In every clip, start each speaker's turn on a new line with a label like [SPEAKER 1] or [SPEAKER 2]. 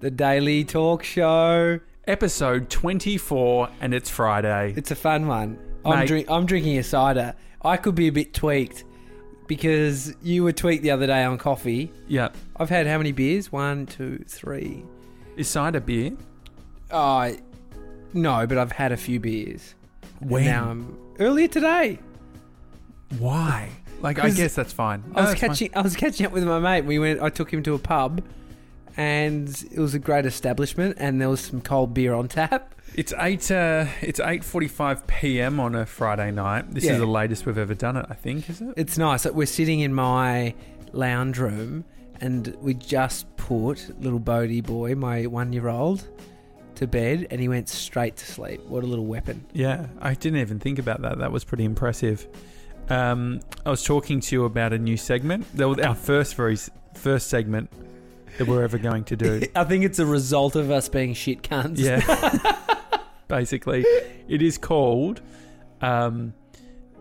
[SPEAKER 1] The Daily Talk Show.
[SPEAKER 2] Episode 24, and it's Friday.
[SPEAKER 1] It's a fun one. I'm,
[SPEAKER 2] Mate.
[SPEAKER 1] drink, I'm drinking a cider. I could be a bit tweaked because you were tweaked the other day on coffee.
[SPEAKER 2] yeah.
[SPEAKER 1] I've had how many beers? One, two, three.
[SPEAKER 2] Is cider beer?
[SPEAKER 1] Oh, no, but I've had a few beers. And Now I'm, earlier today.
[SPEAKER 2] Oh, Why? Like, I
[SPEAKER 1] 'Cause
[SPEAKER 2] guess that's fine. No,
[SPEAKER 1] I was
[SPEAKER 2] that's fine.
[SPEAKER 1] catching. I was catching up with my mate. We went. I took him to a pub, and it was a great establishment. And there was some cold beer on tap.
[SPEAKER 2] It's eight. Uh, it's eight forty-five p.m. on a Friday night. This
[SPEAKER 1] Yeah.
[SPEAKER 2] is the latest we've ever done it. I think is it?
[SPEAKER 1] It's nice. Like, We're sitting in my lounge room, and we just put little Bodie boy, my one-year-old, to bed, and he went straight to sleep. What a little weapon!
[SPEAKER 2] Yeah, I didn't even think about that. That was pretty impressive. Um, I was talking to you about a new segment. That was our first very s- first segment that we're ever going to do.
[SPEAKER 1] I think it's a result of us being shit cunts.
[SPEAKER 2] Yeah. Basically, it is called. Um,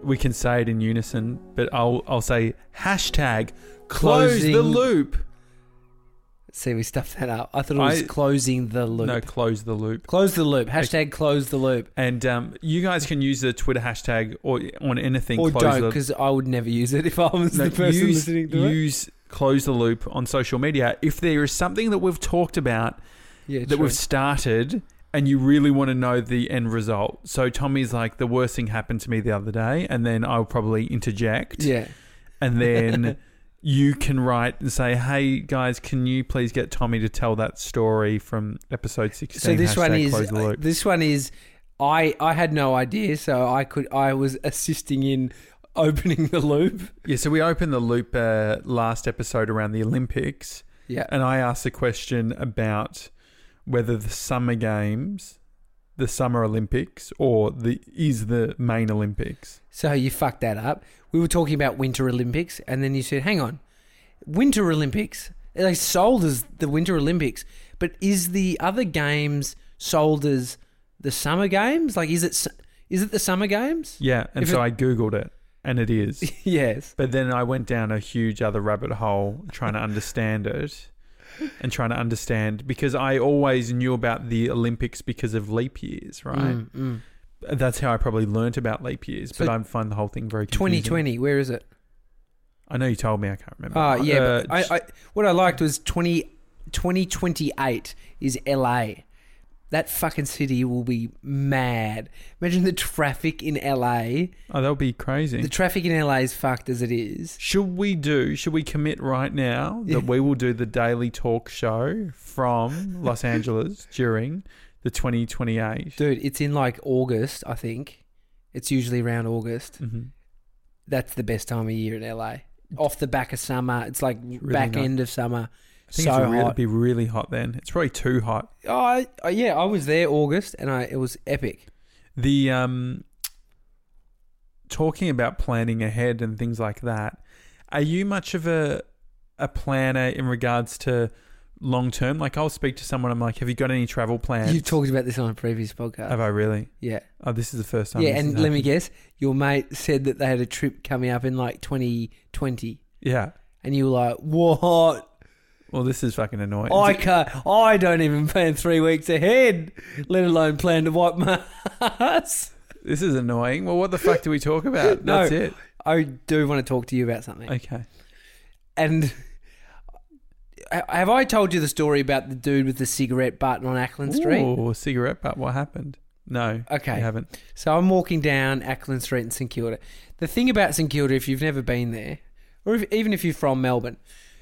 [SPEAKER 2] we can say it in unison, but I'll I'll say hashtag close the
[SPEAKER 1] Closing
[SPEAKER 2] loop.
[SPEAKER 1] See, we stuffed that up. I thought it was
[SPEAKER 2] I-
[SPEAKER 1] closing the loop.
[SPEAKER 2] No, close the loop.
[SPEAKER 1] Close the loop. Hashtag close the loop.
[SPEAKER 2] And um, you guys can use the Twitter hashtag or on anything.
[SPEAKER 1] Or
[SPEAKER 2] close
[SPEAKER 1] don't,
[SPEAKER 2] the-
[SPEAKER 1] because I would never use it if I was
[SPEAKER 2] No,
[SPEAKER 1] the person
[SPEAKER 2] use,
[SPEAKER 1] listening to it.
[SPEAKER 2] use close the loop on social media. If there is something that we've talked about
[SPEAKER 1] Yeah,
[SPEAKER 2] that we've started and you really want to know the end result. So Tommy's like, the worst thing happened to me the other day, and then I'll probably interject.
[SPEAKER 1] yeah.
[SPEAKER 2] And then you can write and say, Hey guys, can you please get Tommy to tell that story from episode sixteen?
[SPEAKER 1] So this one
[SPEAKER 2] Hashtag
[SPEAKER 1] is
[SPEAKER 2] close the loop.
[SPEAKER 1] this one is I I had no idea, so I could I was assisting in opening the loop.
[SPEAKER 2] Yeah, so we opened the loop uh, last episode around the Olympics.
[SPEAKER 1] Yeah.
[SPEAKER 2] And I asked a question about whether the Summer Games, the Summer Olympics, or the is the main Olympics.
[SPEAKER 1] So you fucked that up. We were talking about Winter Olympics, and then you said, "Hang on, Winter Olympics." They sold as the Winter Olympics, but is the other games sold as the Summer Games? Like, is it s- is it the Summer Games?
[SPEAKER 2] Yeah. And
[SPEAKER 1] If
[SPEAKER 2] so I Googled it, and it is.
[SPEAKER 1] yes.
[SPEAKER 2] but then I went down a huge other rabbit hole trying to understand it and trying to understand because I always knew about the Olympics because of leap years, right?
[SPEAKER 1] Mm, mm.
[SPEAKER 2] That's how I probably learnt about leap years,
[SPEAKER 1] So
[SPEAKER 2] but I find the whole thing very confusing.
[SPEAKER 1] 2020. Where is it?
[SPEAKER 2] I know you told me. I can't remember.
[SPEAKER 1] Ah, yeah.
[SPEAKER 2] Uh,
[SPEAKER 1] but I, I, what I liked was 20, 2028 is LA. That fucking city will be mad. Imagine the traffic in LA.
[SPEAKER 2] oh, that would be crazy.
[SPEAKER 1] The traffic in LA is fucked as it is.
[SPEAKER 2] should we do? Should we commit right now that we will do the daily talk show from Los Angeles during the 2028?
[SPEAKER 1] Dude, it's in like August, I think. It's usually around August.
[SPEAKER 2] hmm
[SPEAKER 1] That's the best time of year in LA. Off the back of summer. It's like back
[SPEAKER 2] nice.
[SPEAKER 1] end of summer.
[SPEAKER 2] I think
[SPEAKER 1] so
[SPEAKER 2] it's really,
[SPEAKER 1] hot.
[SPEAKER 2] it'd be really hot then. It's probably too hot.
[SPEAKER 1] Oh, I, I- yeah, I was there August and I it was epic.
[SPEAKER 2] The um, talking about planning ahead and things like that. Are you much of a a planner in regards to long term? Like, I'll speak to someone. I'm like, "Have you got any travel plans?"
[SPEAKER 1] You've talked about this on a previous podcast.
[SPEAKER 2] Have I really?
[SPEAKER 1] yeah.
[SPEAKER 2] Oh, this is the first time.
[SPEAKER 1] yeah,
[SPEAKER 2] this
[SPEAKER 1] and
[SPEAKER 2] has
[SPEAKER 1] let me
[SPEAKER 2] happened.
[SPEAKER 1] guess, your mate said that they had a trip coming up in like 2020.
[SPEAKER 2] Yeah.
[SPEAKER 1] And you were like, what?
[SPEAKER 2] Well, this is fucking annoying.
[SPEAKER 1] Oh, I can't, I don't even plan three weeks ahead, let alone plan to wipe my ass.
[SPEAKER 2] this is annoying. Well, what the fuck do we talk about?
[SPEAKER 1] No.
[SPEAKER 2] That's it.
[SPEAKER 1] I do want to talk to you about something.
[SPEAKER 2] Okay.
[SPEAKER 1] And have I told you the story about the dude with the cigarette butt on Ackland Street?
[SPEAKER 2] Ooh, cigarette butt. What happened? No.
[SPEAKER 1] Okay.
[SPEAKER 2] You haven't.
[SPEAKER 1] So I'm walking down Ackland Street in St Kilda. The thing about St Kilda, if you've never been there, or if, even if you're from Melbourne,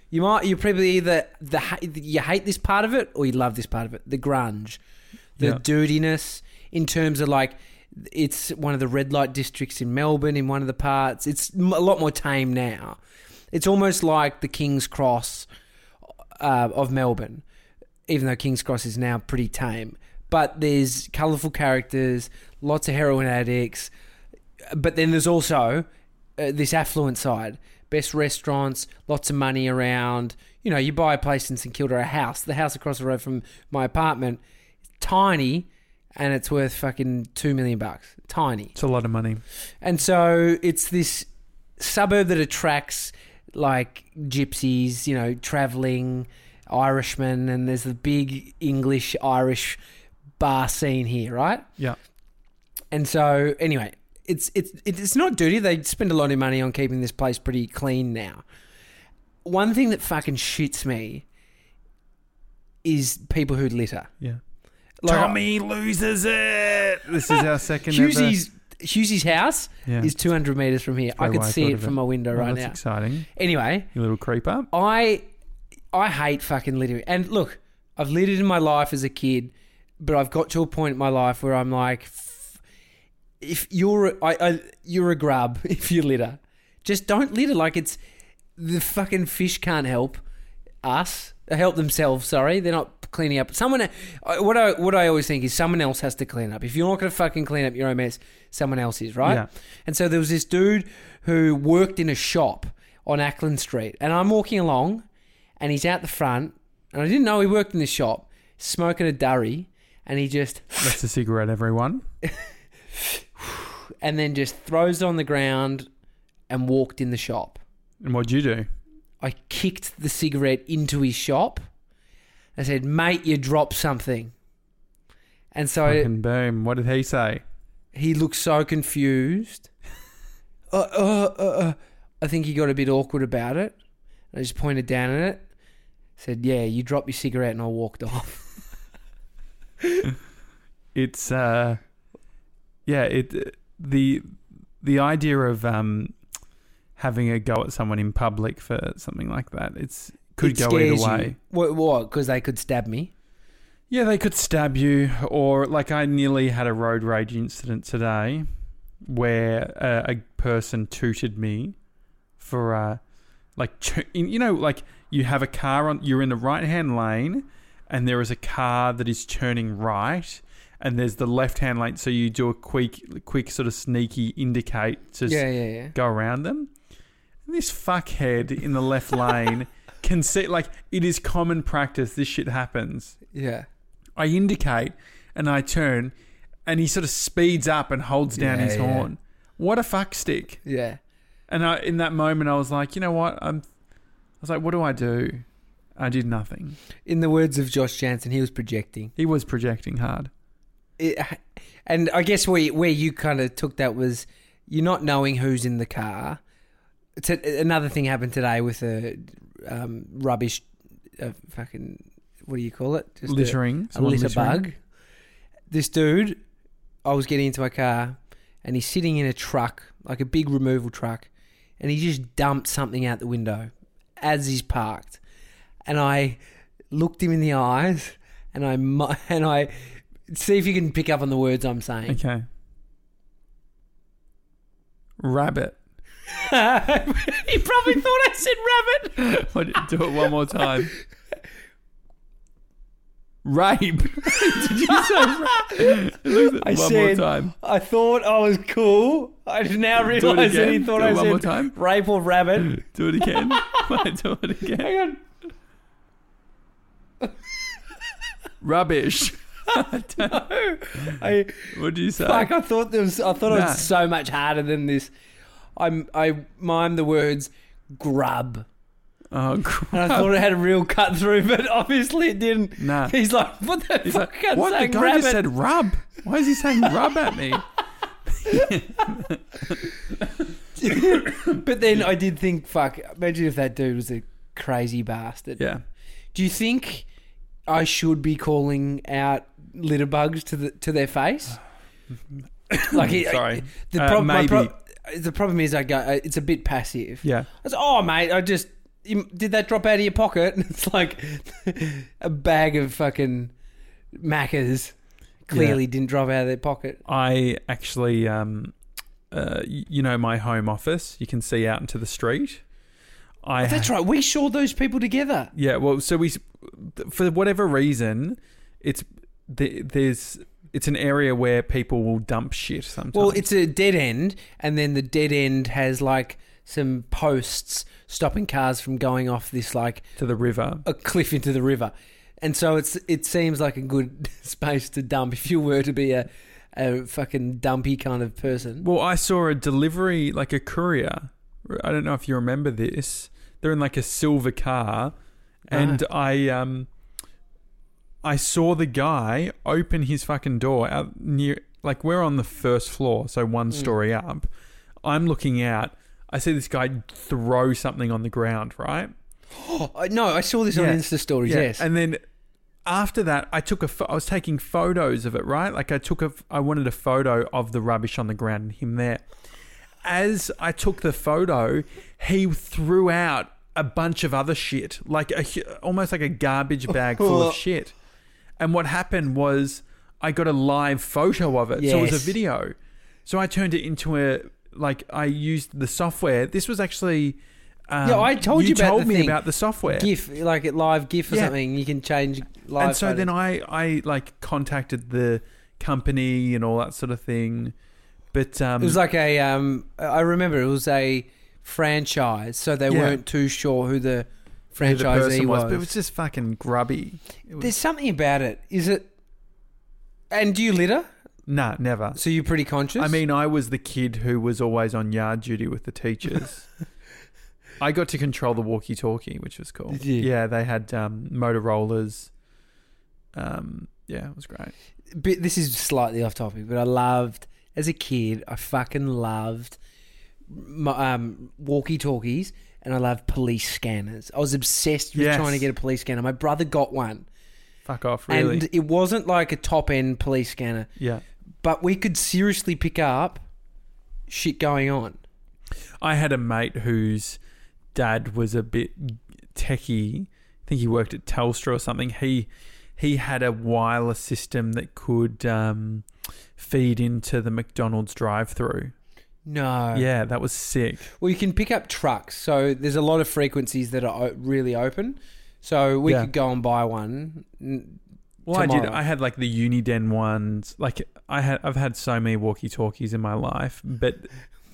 [SPEAKER 1] you might you probably either the ha- you hate this part of it or you love this part of it. The grunge, the
[SPEAKER 2] Yeah.
[SPEAKER 1] dirtiness in terms of like it's one of the red light districts in Melbourne. In one of the parts, it's m- a lot more tame now. It's almost like the King's Cross uh, of Melbourne, even though King's Cross is now pretty tame. But there's colourful characters, lots of heroin addicts, but then there's also uh, this affluent side. Best restaurants, lots of money around. You know, you buy a place in St Kilda, a house, the house across the road from my apartment, tiny, and it's worth fucking two million bucks. Tiny.
[SPEAKER 2] It's a lot of money.
[SPEAKER 1] And so it's this suburb that attracts like gypsies, you know, traveling, Irishman, and there's the big English Irish bar scene here, right?
[SPEAKER 2] Yeah.
[SPEAKER 1] And so, anyway, it's it's it's not dirty. They spend a lot of money on keeping this place pretty clean now. One thing that fucking shoots me is people who litter.
[SPEAKER 2] Yeah.
[SPEAKER 1] Like,
[SPEAKER 2] Tommy loses it. This is our second
[SPEAKER 1] Hughesy's Hughesy's house
[SPEAKER 2] ever. Yeah.
[SPEAKER 1] is 200 meters from here. I
[SPEAKER 2] Very
[SPEAKER 1] could
[SPEAKER 2] wide
[SPEAKER 1] see
[SPEAKER 2] thought
[SPEAKER 1] it
[SPEAKER 2] of
[SPEAKER 1] from
[SPEAKER 2] it.
[SPEAKER 1] my window
[SPEAKER 2] Well,
[SPEAKER 1] right
[SPEAKER 2] that's
[SPEAKER 1] now.
[SPEAKER 2] exciting.
[SPEAKER 1] Anyway,
[SPEAKER 2] You little creeper.
[SPEAKER 1] I I hate fucking littering. And look, I've littered in my life as a kid, but I've got to a point in my life where I'm like, f- if you're I, I you're a grub if you litter, just don't litter. Like it's the fucking fish can't help us uh, help themselves. Sorry, they're not cleaning up. Someone, I- what I what I always think is someone else has to clean up. If you're not going to fucking clean up your own mess, someone else is right.
[SPEAKER 2] Yeah.
[SPEAKER 1] And so there was this dude who worked in a shop on Ackland Street, and I'm walking along, and he's out the front, and I didn't know he worked in the shop, smoking a durry, and he just
[SPEAKER 2] That's a cigarette, everyone.
[SPEAKER 1] and then just throws it on the ground, and walked in the shop.
[SPEAKER 2] And what'd you do?
[SPEAKER 1] I kicked the cigarette into his shop. I said, "Mate, you dropped something." And so
[SPEAKER 2] Fucking boom. What did he say?
[SPEAKER 1] he looked so confused. uh, uh, uh, uh. I think he got a bit awkward about it. I just pointed down at it, said, "Yeah, you dropped your cigarette," and I walked off.
[SPEAKER 2] It's uh, yeah. It the the idea of um having a go at someone in public for something like that. It's could
[SPEAKER 1] It
[SPEAKER 2] go either
[SPEAKER 1] scares
[SPEAKER 2] way.
[SPEAKER 1] you. What? What? Because they could stab me.
[SPEAKER 2] Yeah, they could stab you, or like I nearly had a road rage incident today where uh, a person tooted me for uh, like, tu- in- you know, like you have a car on, you're in the right hand lane, and there is a car that is turning right. And there's the left-hand lane, so you do a quick, quick sort of sneaky indicate to s-
[SPEAKER 1] yeah, yeah, yeah.
[SPEAKER 2] go around them. And this fuckhead in the left lane can see, like, it is common practice. This shit happens.
[SPEAKER 1] Yeah.
[SPEAKER 2] I indicate and I turn, and he sort of speeds up and holds down
[SPEAKER 1] Yeah,
[SPEAKER 2] his
[SPEAKER 1] yeah.
[SPEAKER 2] horn. What a fuck stick!
[SPEAKER 1] Yeah.
[SPEAKER 2] And I, in that moment, I was like, you know what? I'm, I was like, what do I do? I did nothing.
[SPEAKER 1] In the words of Josh Jansen, he was projecting.
[SPEAKER 2] He was projecting hard.
[SPEAKER 1] It, and I guess where where you kind of took that was you not knowing who's in the car. It's a, another thing happened today with a um, rubbish, uh, fucking what do you call it? Just a-
[SPEAKER 2] littering.
[SPEAKER 1] a, litter bug. This dude, I was getting into my car, and he's sitting in a truck, like a big removal truck, and he just dumped something out the window as he's parked, and I looked him in the eyes, and I mu- and I see if you can pick up on the words I'm saying.
[SPEAKER 2] Okay. Rabbit.
[SPEAKER 1] he probably thought I said rabbit.
[SPEAKER 2] What- do it one more time. Rape. Did you say rape?
[SPEAKER 1] I
[SPEAKER 2] one more
[SPEAKER 1] said-
[SPEAKER 2] time.
[SPEAKER 1] I thought I was cool. I now
[SPEAKER 2] Do it
[SPEAKER 1] realise that he
[SPEAKER 2] again.
[SPEAKER 1] thought
[SPEAKER 2] do it
[SPEAKER 1] I
[SPEAKER 2] one more
[SPEAKER 1] said
[SPEAKER 2] time.
[SPEAKER 1] rape or rabbit.
[SPEAKER 2] Do it again. Wait, do it again.
[SPEAKER 1] Hang on.
[SPEAKER 2] Rubbish.
[SPEAKER 1] I,
[SPEAKER 2] What do you say?
[SPEAKER 1] Like I thought there was, I thought it
[SPEAKER 2] Nah.
[SPEAKER 1] was so much harder than this. I'm, I mime the words grub,
[SPEAKER 2] oh,
[SPEAKER 1] and I
[SPEAKER 2] crap.
[SPEAKER 1] thought it had a real cut through, but obviously it didn't.
[SPEAKER 2] Nah.
[SPEAKER 1] He's like, what the
[SPEAKER 2] He's
[SPEAKER 1] fuck?
[SPEAKER 2] like,
[SPEAKER 1] I'm
[SPEAKER 2] what? The
[SPEAKER 1] saying
[SPEAKER 2] guy
[SPEAKER 1] rabbit.
[SPEAKER 2] just said rub. Why is he saying rub at me?
[SPEAKER 1] but then I did think, fuck. Imagine if that dude was a crazy bastard.
[SPEAKER 2] Yeah.
[SPEAKER 1] Do you think I should be calling out litter bugs to the to their face? like, it-
[SPEAKER 2] Sorry.
[SPEAKER 1] The,
[SPEAKER 2] Uh,
[SPEAKER 1] prob- my
[SPEAKER 2] maybe.
[SPEAKER 1] prob- the problem is, I go. uh, It's a bit passive.
[SPEAKER 2] Yeah.
[SPEAKER 1] I said, "Oh, mate, I just you, did that drop out of your pocket." And it's like a bag of fucking Maccas clearly didn't drop out of their pocket.
[SPEAKER 2] I actually, um, uh, y- you know, my home office. You can see out into the street. I
[SPEAKER 1] That's right. We saw those people together.
[SPEAKER 2] Yeah, well, so we, for whatever reason, it's the- there's it's an area where people will dump shit sometimes.
[SPEAKER 1] Well, it's a dead end, and then the dead end has like some posts stopping cars from going off this like
[SPEAKER 2] to the river.
[SPEAKER 1] a cliff into the river, and so it's it seems like a good space to dump if you were to be a a fucking dumpy kind of person.
[SPEAKER 2] Well, I saw a delivery, like a courier. I don't know if you remember this. They're in like a silver car, and I um, I saw the guy open his fucking door out near like we're on the first floor, so one
[SPEAKER 1] Mm.
[SPEAKER 2] story up. I'm looking out. I see this guy throw something on the ground, right?
[SPEAKER 1] Oh, no, I saw this on
[SPEAKER 2] Yeah.
[SPEAKER 1] Insta stories. Yes.
[SPEAKER 2] And then after that, I took a. Fo- I was taking photos of it, right? Like I took a. I wanted a photo of the rubbish on the ground and him there. As I took the photo, he threw out a bunch of other shit, like a hu- almost like a garbage bag full of shit. And what happened was, I got a live photo of it, so it was a
[SPEAKER 1] Yes.
[SPEAKER 2] video. So I turned it into a like I used the software. This was actually. Um,
[SPEAKER 1] Yeah, I told you about
[SPEAKER 2] told
[SPEAKER 1] the
[SPEAKER 2] me
[SPEAKER 1] thing.
[SPEAKER 2] about the software.
[SPEAKER 1] GIF, like it live GIF or
[SPEAKER 2] Yeah.
[SPEAKER 1] something. You can change live.
[SPEAKER 2] and so then I, I like contacted the company and all that sort of thing. But um,
[SPEAKER 1] it was like a. Um, I remember it was a franchise, so they
[SPEAKER 2] Yeah.
[SPEAKER 1] weren't too sure who the
[SPEAKER 2] who the
[SPEAKER 1] franchisee
[SPEAKER 2] person
[SPEAKER 1] was.
[SPEAKER 2] but it was just fucking grubby. It was-
[SPEAKER 1] There's something about it. Is it? And do you litter?
[SPEAKER 2] nah, never.
[SPEAKER 1] So you're pretty conscious.
[SPEAKER 2] I mean, I was the kid who was always on yard duty with the teachers. I got to control the walkie-talkie, which was cool.
[SPEAKER 1] Did you?
[SPEAKER 2] Yeah, they had um, Motorola's. Um, yeah, it was great.
[SPEAKER 1] bit, this is slightly off topic, but I loved as a kid. I fucking loved my, um, walkie talkies, and I loved police scanners. I was obsessed with
[SPEAKER 2] Yes.
[SPEAKER 1] trying to get a police scanner. My brother got one,
[SPEAKER 2] Fuck off, really.
[SPEAKER 1] and it wasn't like a top end police scanner,
[SPEAKER 2] yeah.
[SPEAKER 1] but we could seriously pick up shit going on.
[SPEAKER 2] I had a mate whose dad was a bit techie. I think he worked at Telstra or something. He he had a wireless system that could um, feed into the McDonald's drive-through.
[SPEAKER 1] No,
[SPEAKER 2] Yeah, that was sick.
[SPEAKER 1] Well, you can pick up trucks, so there's a lot of frequencies that are o- really open. So we
[SPEAKER 2] Yeah.
[SPEAKER 1] could go and buy one. N-
[SPEAKER 2] Well, I did.
[SPEAKER 1] Tomorrow.
[SPEAKER 2] I had like the Uniden ones. Like I had, I've had so many walkie-talkies in my life. But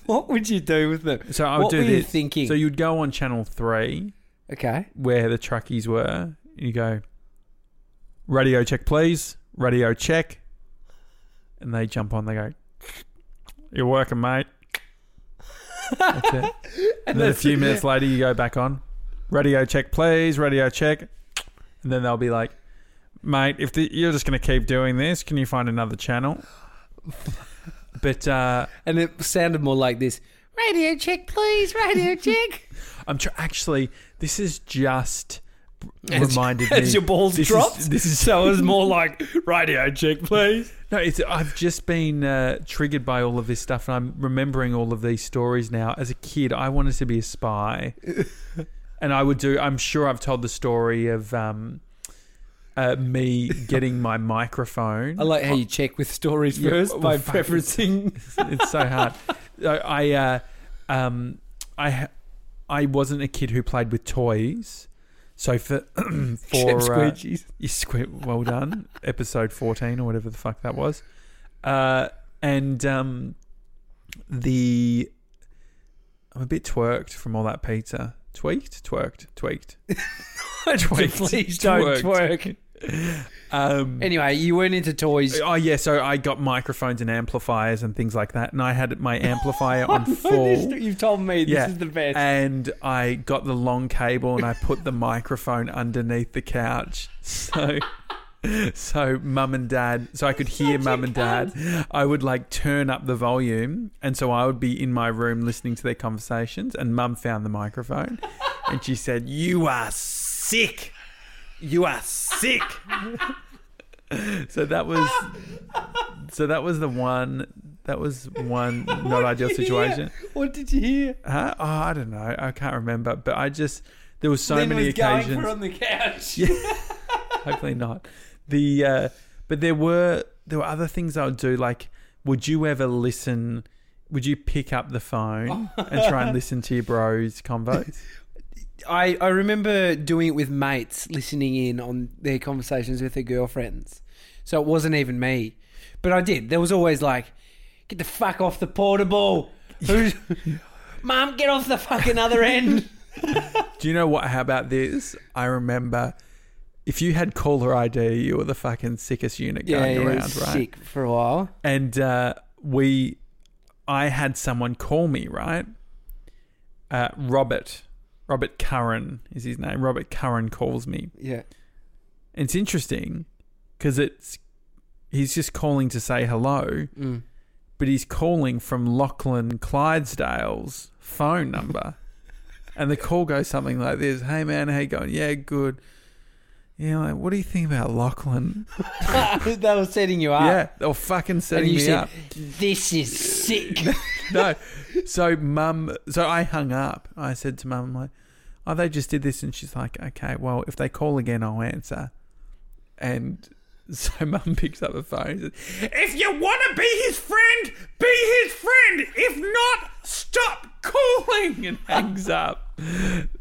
[SPEAKER 1] What would you do with them?
[SPEAKER 2] so I would
[SPEAKER 1] what
[SPEAKER 2] do
[SPEAKER 1] were you
[SPEAKER 2] this.
[SPEAKER 1] thinking?
[SPEAKER 2] So you'd go on channel three
[SPEAKER 1] okay.
[SPEAKER 2] where the truckies were. And you go, radio check, please. Radio check. And they jump on. They go, you're working, mate. That's it. and then a
[SPEAKER 1] that's
[SPEAKER 2] few
[SPEAKER 1] it,
[SPEAKER 2] minutes later, you go back on. Radio check, please. Radio check. And then they'll be like, mate, if the, you're just going to keep doing this, can you find another channel? but uh,
[SPEAKER 1] And it sounded more like this radio check, please, radio check.
[SPEAKER 2] I'm tr- actually, this is just
[SPEAKER 1] As-
[SPEAKER 2] reminded me.
[SPEAKER 1] As your balls
[SPEAKER 2] this
[SPEAKER 1] dropped.
[SPEAKER 2] Is, this is
[SPEAKER 1] so it was more like radio check, please.
[SPEAKER 2] No, it's, I've just been uh, triggered by all of this stuff, and I'm remembering all of these stories now. As a kid, I wanted to be a spy, and I would do. I'm sure I've told the story of um, uh, me getting my microphone.
[SPEAKER 1] I like how you check with stories
[SPEAKER 2] Yeah,
[SPEAKER 1] first
[SPEAKER 2] well,
[SPEAKER 1] by
[SPEAKER 2] fuck it.
[SPEAKER 1] preferencing.
[SPEAKER 2] it's so hard. I, I, uh, um, I, ha- I wasn't a kid who played with toys, so for for
[SPEAKER 1] Except
[SPEAKER 2] uh,
[SPEAKER 1] squidgies.
[SPEAKER 2] you squid, well done. Episode 14 or whatever the fuck that was. Uh, and um, the. I'm a bit twerked from all that pizza. Tweaked? Twerked. Tweaked. tweaked.
[SPEAKER 1] please don't
[SPEAKER 2] Twerked.
[SPEAKER 1] twerk.
[SPEAKER 2] Um,
[SPEAKER 1] Anyway, you weren't into toys.
[SPEAKER 2] oh, yeah. So I got microphones and amplifiers and things like that. And I had my amplifier on full.
[SPEAKER 1] You've told me
[SPEAKER 2] Yeah.
[SPEAKER 1] this is the best.
[SPEAKER 2] And I got the long cable and I put the microphone underneath the couch. So so mum and dad so I could hear
[SPEAKER 1] Such a
[SPEAKER 2] mum and dad. I would like turn up the volume and so I would be in my room listening to their conversations and mum found the microphone and she said, You are sick. You are sick. so that was so that was the one that was one
[SPEAKER 1] What
[SPEAKER 2] not
[SPEAKER 1] did
[SPEAKER 2] ideal
[SPEAKER 1] you hear?
[SPEAKER 2] situation.
[SPEAKER 1] What did you hear?
[SPEAKER 2] Huh? Oh, I don't know. I can't remember. But I just there was so
[SPEAKER 1] Lynn
[SPEAKER 2] many
[SPEAKER 1] was going
[SPEAKER 2] occasions.
[SPEAKER 1] for on the couch.
[SPEAKER 2] Yeah. Hopefully not. The uh, but there were there were other things I would do. Like, would you ever listen? Would you pick up the phone and try and listen to your bros' convos?
[SPEAKER 1] I, I remember doing it with mates listening in on their conversations with their girlfriends. So it wasn't even me. But I did. There was always like, get the fuck off the portable. Who's Mom, get off the fucking other end.
[SPEAKER 2] do you know what? How about this? I remember if you had caller ID, you were the fucking sickest unit
[SPEAKER 1] yeah,
[SPEAKER 2] going
[SPEAKER 1] yeah, it
[SPEAKER 2] around, right?
[SPEAKER 1] was sick for a while.
[SPEAKER 2] and uh, we, I had someone call me right, uh, Robert, Robert Curran is his name. Robert Curran calls me.
[SPEAKER 1] Yeah.
[SPEAKER 2] And it's interesting because it's he's just calling to say hello,
[SPEAKER 1] Mm.
[SPEAKER 2] but he's calling from Lachlan Clydesdale's phone number. and the call goes something like this Hey, man, how you going? Yeah, good. Yeah, like, what do you think about Lachlan?
[SPEAKER 1] that was setting you up.
[SPEAKER 2] yeah, they're fucking setting
[SPEAKER 1] and you
[SPEAKER 2] me
[SPEAKER 1] said,
[SPEAKER 2] up.
[SPEAKER 1] "This is sick."
[SPEAKER 2] no. So mum, so I hung up. I said to mum, I'm like, oh, they just did this, and she's like, okay, well, if they call again, I'll answer. And so mum picks up the phone. And says, if you want to be his friend, be his friend. If not, stop calling. And hangs up.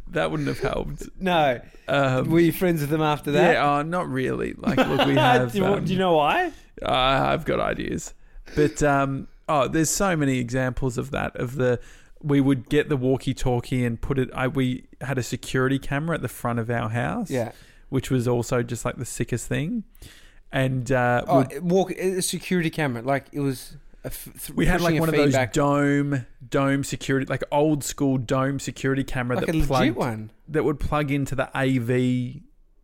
[SPEAKER 2] That wouldn't have helped.
[SPEAKER 1] no,
[SPEAKER 2] Um,
[SPEAKER 1] were you friends with them after that?
[SPEAKER 2] yeah, oh, not really. Like, look, we have.
[SPEAKER 1] do, you,
[SPEAKER 2] um,
[SPEAKER 1] do you know why?
[SPEAKER 2] uh, I've got ideas. But um, oh, there's so many examples of that. Of the we would get the walkie-talkie and put it. I we had a security camera at the front of our house.
[SPEAKER 1] Yeah.
[SPEAKER 2] which was also just like the sickest thing. And uh,
[SPEAKER 1] Oh,
[SPEAKER 2] we'd-
[SPEAKER 1] walk a security camera. Like it was. A f- th-
[SPEAKER 2] we had
[SPEAKER 1] pushing a
[SPEAKER 2] like one of those
[SPEAKER 1] feedback,
[SPEAKER 2] dome dome security, like old school dome security camera
[SPEAKER 1] like a
[SPEAKER 2] that
[SPEAKER 1] legit
[SPEAKER 2] plugged
[SPEAKER 1] one.
[SPEAKER 2] that would plug into the AV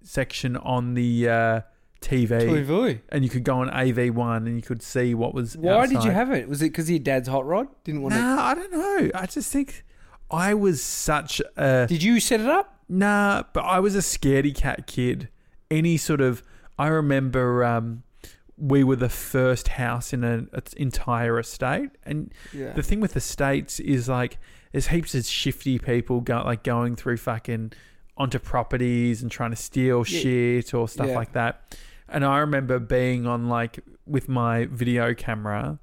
[SPEAKER 2] section on the uh,
[SPEAKER 1] Toy
[SPEAKER 2] TV,
[SPEAKER 1] Vui.
[SPEAKER 2] and you could go on AV one and you could see what was.
[SPEAKER 1] Why did you
[SPEAKER 2] outside.
[SPEAKER 1] have it? Was it because your dad's hot rod didn't want to?
[SPEAKER 2] No, I don't know. I just think I was such a
[SPEAKER 1] Did you set it up?
[SPEAKER 2] nah, but I was a scaredy cat kid. Any sort of, I remember um, we were the first house in an a- entire estate, and
[SPEAKER 1] Yeah.
[SPEAKER 2] the thing with estates is like there's heaps of shifty people go, like going through fucking onto properties and trying to steal
[SPEAKER 1] Yeah.
[SPEAKER 2] shit or stuff
[SPEAKER 1] Yeah.
[SPEAKER 2] like that. And I remember being on like with my video camera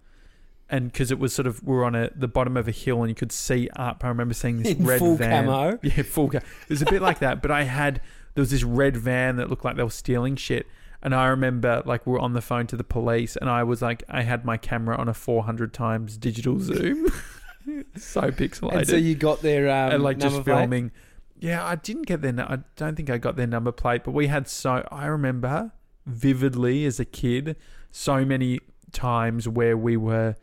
[SPEAKER 2] and because it was sort of we were on a the bottom of a hill and you could see up. I remember seeing this
[SPEAKER 1] In
[SPEAKER 2] red
[SPEAKER 1] full
[SPEAKER 2] van.
[SPEAKER 1] camo.
[SPEAKER 2] Yeah, full camo. It was a bit like that, but I had there was this red van that looked like they were stealing shit. And I remember like we were on the phone to the police and I was like I had my camera on a four hundred times digital zoom. so pixelated.
[SPEAKER 1] And so you got their um,
[SPEAKER 2] and like just
[SPEAKER 1] number plate?
[SPEAKER 2] filming. Yeah, I didn't get their. nu- I don't think I got their number plate, but we had so. I remember vividly as a kid, so many times where we were,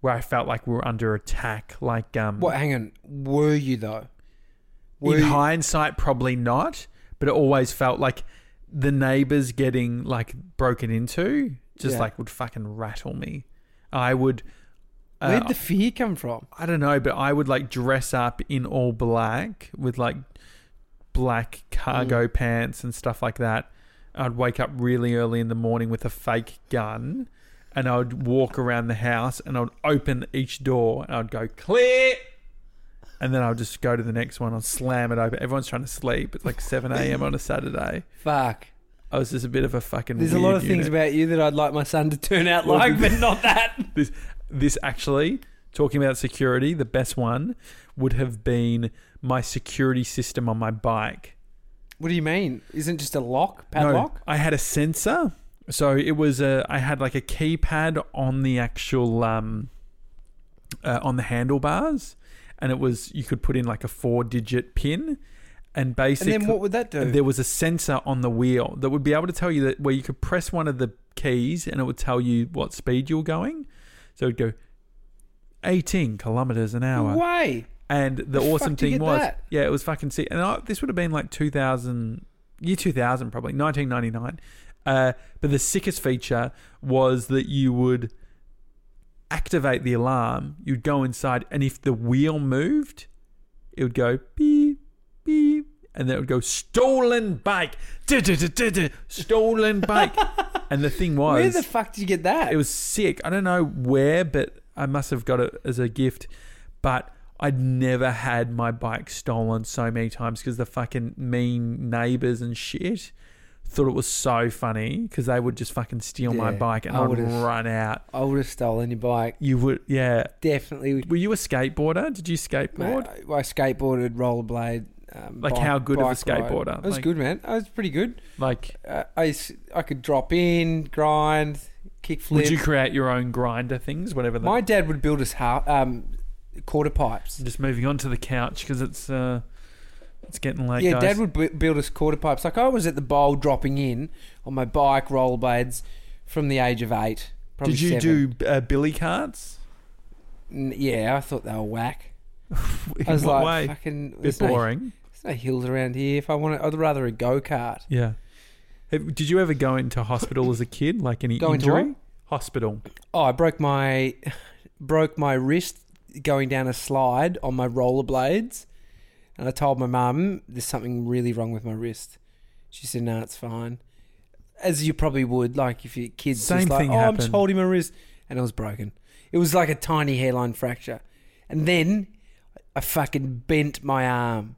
[SPEAKER 2] where I felt like we were under attack. Like um,
[SPEAKER 1] What? Hang on. Were you though? Were
[SPEAKER 2] in
[SPEAKER 1] you-
[SPEAKER 2] hindsight, probably not, but it always felt like the neighbors getting like broken into, just
[SPEAKER 1] Yeah.
[SPEAKER 2] like would fucking rattle me. I would. uh,
[SPEAKER 1] Where'd the fear come from?
[SPEAKER 2] I don't know, but I would like dress up in all black with like black cargo pants and stuff like that. I'd wake up really early in the morning with a fake gun and I would walk around the house and I'd open each door and I'd go clear. And then I'll just go to the next one. I'll slam it open. Everyone's trying to sleep. It's like 7 a.m. on a Saturday.
[SPEAKER 1] Fuck.
[SPEAKER 2] I was just Oh, a bit of a fucking.
[SPEAKER 1] There's a
[SPEAKER 2] weird
[SPEAKER 1] lot of things
[SPEAKER 2] unit.
[SPEAKER 1] about you that I'd like my son to turn out
[SPEAKER 2] Well,
[SPEAKER 1] like, but not that.
[SPEAKER 2] this this actually talking about security the best one would have been my security system on my bike
[SPEAKER 1] What do you mean? Isn't just a lock
[SPEAKER 2] No,
[SPEAKER 1] padlock?
[SPEAKER 2] i had a sensor so it was a i had like a keypad on the actual um uh, on the handlebars and it was you could put in like a four digit pin and
[SPEAKER 1] and
[SPEAKER 2] basically
[SPEAKER 1] then what would that do?
[SPEAKER 2] and there was a sensor on the wheel that would be able to tell you that where you could press one of the keys and it would tell you what speed you were going. So it'd go 18 kilometers an
[SPEAKER 1] No
[SPEAKER 2] hour.
[SPEAKER 1] way.
[SPEAKER 2] And the,
[SPEAKER 1] The fuck
[SPEAKER 2] awesome
[SPEAKER 1] did you
[SPEAKER 2] thing
[SPEAKER 1] get
[SPEAKER 2] was,
[SPEAKER 1] that?
[SPEAKER 2] yeah, it was fucking sick. And I, this would have been like 2000, year 2000 probably, 1999. Uh, but the sickest feature was that you would activate the alarm, you'd go inside, and if the wheel moved, it would go beep, beep, and then it would go stolen bike, Du-du-du-du-du. stolen bike. and the thing was,
[SPEAKER 1] Where the fuck did you get that?
[SPEAKER 2] it was sick. I don't know where, but I must have got it as a gift. But I'd never had my bike stolen so many times because the fucking mean neighbors and shit thought it was so funny because they would just fucking steal my
[SPEAKER 1] Yeah,
[SPEAKER 2] bike and
[SPEAKER 1] I
[SPEAKER 2] I would
[SPEAKER 1] would've-
[SPEAKER 2] run out.
[SPEAKER 1] I would have stolen your bike.
[SPEAKER 2] You would, yeah.
[SPEAKER 1] Definitely.
[SPEAKER 2] Were you a skateboarder? Did you
[SPEAKER 1] Mate,
[SPEAKER 2] skateboard?
[SPEAKER 1] I, I skateboarded, rollerblade. Um,
[SPEAKER 2] Like
[SPEAKER 1] bike-
[SPEAKER 2] how good of a
[SPEAKER 1] bike ride.
[SPEAKER 2] skateboarder?
[SPEAKER 1] I was
[SPEAKER 2] Like-
[SPEAKER 1] good, man. I was pretty good.
[SPEAKER 2] Like,
[SPEAKER 1] Uh, I, s- I could drop in, grind, kick flip.
[SPEAKER 2] would you create your own grinder things, whatever? The,
[SPEAKER 1] My dad would build us half, um, quarter pipes.
[SPEAKER 2] just moving on to the couch because it's uh, it's getting late.
[SPEAKER 1] yeah,
[SPEAKER 2] guys.
[SPEAKER 1] Dad would bu- build us quarter pipes. Like I was at the bowl dropping in on my bike, rollerblades, from the age of eight. Probably
[SPEAKER 2] Did you
[SPEAKER 1] seven.
[SPEAKER 2] do uh, billy carts?
[SPEAKER 1] N- Yeah, I thought they were whack.
[SPEAKER 2] In
[SPEAKER 1] I was like,
[SPEAKER 2] what way?
[SPEAKER 1] fucking.
[SPEAKER 2] Bit
[SPEAKER 1] there's no-
[SPEAKER 2] boring.
[SPEAKER 1] there's no hills around here. If I want, to, I'd rather a go kart.
[SPEAKER 2] Yeah. Have, did you ever go into hospital as a kid? Like any
[SPEAKER 1] Go into
[SPEAKER 2] injury? Hospital.
[SPEAKER 1] Oh, I broke my broke my wrist going down a slide on my rollerblades, and I told my mum there's something really wrong with my wrist. She said, "No, it's fine." As you probably would, like if your kids
[SPEAKER 2] Same
[SPEAKER 1] just like,
[SPEAKER 2] thing
[SPEAKER 1] "Oh, I'm just
[SPEAKER 2] happened.
[SPEAKER 1] holding my wrist," and it was broken. It was like a tiny hairline fracture, and then I fucking bent my arm.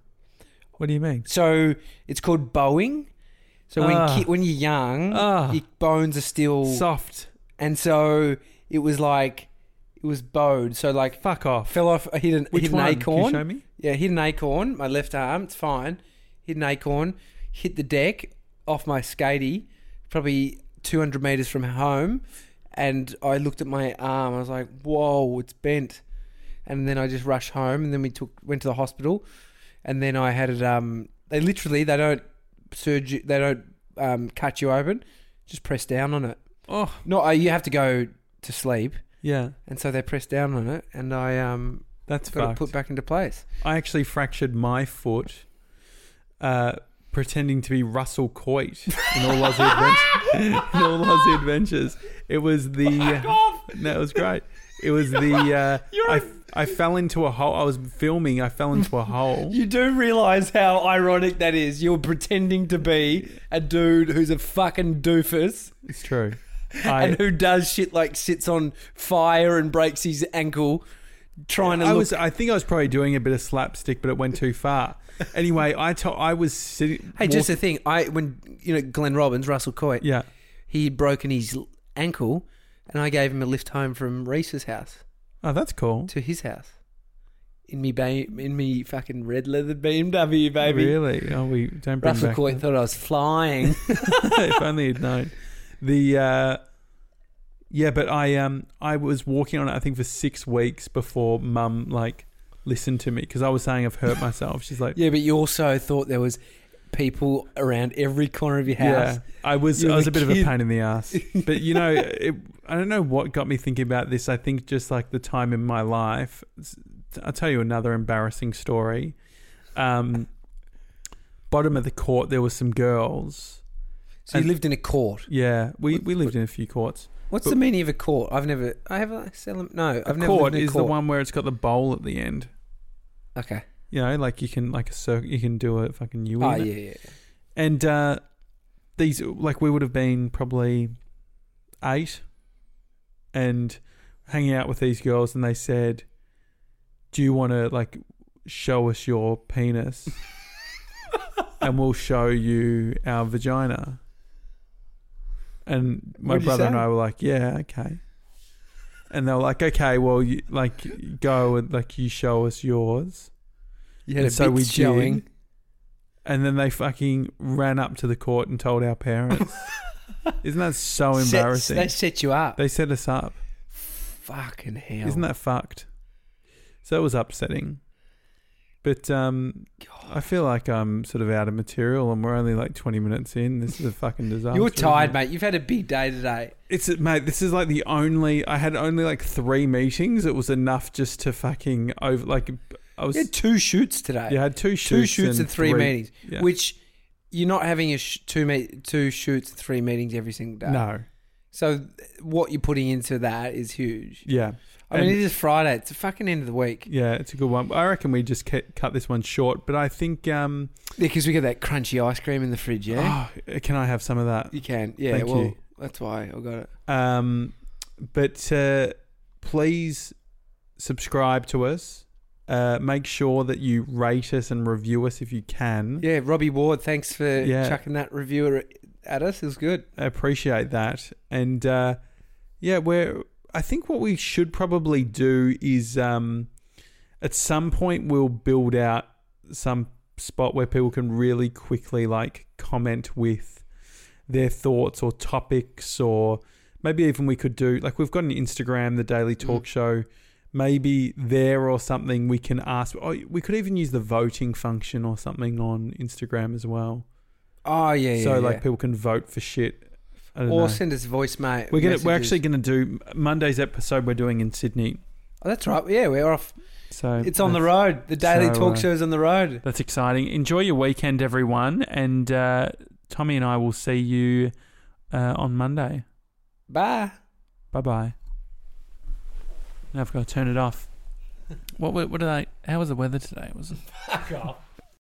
[SPEAKER 2] What do you mean?
[SPEAKER 1] So it's called bowing. So when
[SPEAKER 2] Ah.
[SPEAKER 1] ki- when you're young,
[SPEAKER 2] Ah.
[SPEAKER 1] your bones are still
[SPEAKER 2] Soft.
[SPEAKER 1] and so it was like it was bowed. So like
[SPEAKER 2] Fuck off.
[SPEAKER 1] fell off. I hit an,
[SPEAKER 2] Which
[SPEAKER 1] hit an
[SPEAKER 2] one? Can you
[SPEAKER 1] acorn.
[SPEAKER 2] show me?
[SPEAKER 1] Yeah, hit an acorn. My left arm. It's fine. Hit an acorn. Hit the deck off my skatey, probably 200 meters from home. And I looked at my arm. I was like, "Whoa, it's bent." And then I just rushed home. And then we took went to the hospital. And then I had it. Um, they literally they don't surgery. They don't um, cut you open. Just press down on it.
[SPEAKER 2] Oh,
[SPEAKER 1] No, uh, you have to go to sleep,
[SPEAKER 2] yeah.
[SPEAKER 1] and so they pressed down on it, and I um
[SPEAKER 2] That's
[SPEAKER 1] got it
[SPEAKER 2] fucked.
[SPEAKER 1] put back into place.
[SPEAKER 2] I actually fractured my foot uh, pretending to be Russell Coit in all Aussie adventures. in all Aussie adventures, it was the. No, it was great. It was the. Uh,
[SPEAKER 1] You're
[SPEAKER 2] I, I fell into a hole. I was filming. I fell into a hole.
[SPEAKER 1] You do realize how ironic that is. You're pretending to be a dude who's a fucking doofus
[SPEAKER 2] It's true. I,
[SPEAKER 1] and who does shit like sits on fire and breaks his ankle trying to
[SPEAKER 2] I
[SPEAKER 1] look.
[SPEAKER 2] was. I think I was probably doing a bit of slapstick, but it went too far. Anyway, I to, I was sitting.
[SPEAKER 1] hey, just the thing. I when you know Glenn Robbins, Russell Coit,
[SPEAKER 2] yeah.
[SPEAKER 1] he had broken his l- ankle, and I gave him a lift home from Reese's house
[SPEAKER 2] Oh, that's cool.
[SPEAKER 1] to his house. In me, ba- in me, fucking red leather BMW, baby.
[SPEAKER 2] Really? Oh, we don't bring
[SPEAKER 1] Russell
[SPEAKER 2] back.
[SPEAKER 1] Coit thought I was flying.
[SPEAKER 2] if only he'd known. The uh, yeah, but I um I was walking on it I think for six weeks before Mum like listened to me because I was saying I've hurt myself. She's like,
[SPEAKER 1] yeah, but you also thought there was people around every corner of your
[SPEAKER 2] yeah,
[SPEAKER 1] house.
[SPEAKER 2] I was
[SPEAKER 1] You're
[SPEAKER 2] I was
[SPEAKER 1] the
[SPEAKER 2] a bit of a
[SPEAKER 1] kid.
[SPEAKER 2] pain in the ass. But you know, it, I don't know what got me thinking about this. I think just like the time in my life. S- I'll tell you another embarrassing story. Um, bottom of the court, there were some girls.
[SPEAKER 1] So you
[SPEAKER 2] And-
[SPEAKER 1] lived in a court.
[SPEAKER 2] Yeah, we, we lived in a few courts.
[SPEAKER 1] What's
[SPEAKER 2] But-
[SPEAKER 1] the meaning of a court? I've never. I have a cell. No, I've
[SPEAKER 2] a
[SPEAKER 1] never
[SPEAKER 2] court
[SPEAKER 1] lived in a
[SPEAKER 2] is
[SPEAKER 1] court.
[SPEAKER 2] the one where it's got the bowl at the end.
[SPEAKER 1] Okay.
[SPEAKER 2] You know, like you can like a cir- you can do a fucking U.
[SPEAKER 1] Oh
[SPEAKER 2] in it.
[SPEAKER 1] yeah, yeah.
[SPEAKER 2] And uh, these like we would have been probably eight, and hanging out with these girls, and they said, "Do you want to like show us your penis, and we'll show you our vagina?" And my
[SPEAKER 1] What'd you
[SPEAKER 2] brother and
[SPEAKER 1] say?
[SPEAKER 2] I were like, "Yeah, okay." And they were like, "Okay, well, you like go and like you show us yours."
[SPEAKER 1] You had
[SPEAKER 2] And
[SPEAKER 1] a
[SPEAKER 2] so
[SPEAKER 1] so
[SPEAKER 2] we
[SPEAKER 1] showing.
[SPEAKER 2] did. And then they fucking ran up to the court and told our parents. Isn't that so
[SPEAKER 1] Set-
[SPEAKER 2] embarrassing?
[SPEAKER 1] they set you up.
[SPEAKER 2] they set us up.
[SPEAKER 1] Fucking hell.
[SPEAKER 2] Isn't that fucked? So it was upsetting. But um, I feel like I'm sort of out of material and we're only like 20 minutes in. This is a fucking disaster.
[SPEAKER 1] You're
[SPEAKER 2] isn't
[SPEAKER 1] tired,
[SPEAKER 2] it?
[SPEAKER 1] mate. You've had a big day today.
[SPEAKER 2] It's mate. This is like the only I had only like three meetings. It was enough just to fucking over. Like I was.
[SPEAKER 1] You had two shoots today.
[SPEAKER 2] yeah, I had two
[SPEAKER 1] two
[SPEAKER 2] shoots,
[SPEAKER 1] shoots and three, meetings,
[SPEAKER 2] yeah.
[SPEAKER 1] which you're not having a sh- two meet two shoots and three meetings every single day.
[SPEAKER 2] No.
[SPEAKER 1] So th- what you're putting into that is huge.
[SPEAKER 2] Yeah.
[SPEAKER 1] I mean, it is Friday. It's the fucking end of the week
[SPEAKER 2] Yeah, it's a good one. I reckon we just ca- cut this one short, but I think um,
[SPEAKER 1] because we got that crunchy ice cream in the fridge. Yeah,
[SPEAKER 2] oh, can I have some of that?
[SPEAKER 1] you can. Yeah,
[SPEAKER 2] Thank
[SPEAKER 1] well,
[SPEAKER 2] you.
[SPEAKER 1] that's why I got it.
[SPEAKER 2] Um, but uh, please subscribe to us. Uh, make sure that you rate us and review us if you can.
[SPEAKER 1] Yeah, Robbie Ward, thanks for
[SPEAKER 2] Yeah.
[SPEAKER 1] chucking that reviewer at us. It was good.
[SPEAKER 2] I appreciate that. And uh, yeah, we're. I think what we should probably do is um, at some point we'll build out some spot where people can really quickly like comment with their thoughts or topics or maybe even we could do like we've got an Instagram, the Daily Talk
[SPEAKER 1] Mm.
[SPEAKER 2] Show. Maybe there or something we can ask. Oh, we could even use the voting function or something on Instagram as well.
[SPEAKER 1] Oh yeah, yeah.
[SPEAKER 2] so
[SPEAKER 1] yeah.
[SPEAKER 2] like people can vote for shit. I don't
[SPEAKER 1] or
[SPEAKER 2] know.
[SPEAKER 1] send us voicemail.
[SPEAKER 2] We're gonna we're
[SPEAKER 1] messages.
[SPEAKER 2] actually gonna do Monday's episode. We're doing in Sydney,
[SPEAKER 1] Oh, that's right. Yeah, we're off.
[SPEAKER 2] So
[SPEAKER 1] It's on the
[SPEAKER 2] that's-
[SPEAKER 1] road. The daily
[SPEAKER 2] so,
[SPEAKER 1] talk
[SPEAKER 2] uh,
[SPEAKER 1] show's on the road.
[SPEAKER 2] That's exciting. Enjoy your weekend, everyone. And uh, Tommy and I will see you uh, on Monday.
[SPEAKER 1] Bye.
[SPEAKER 2] Bye bye. Now I've got to turn it off. What? were- What did I? How was the weather today? Was it?
[SPEAKER 1] Fuck off.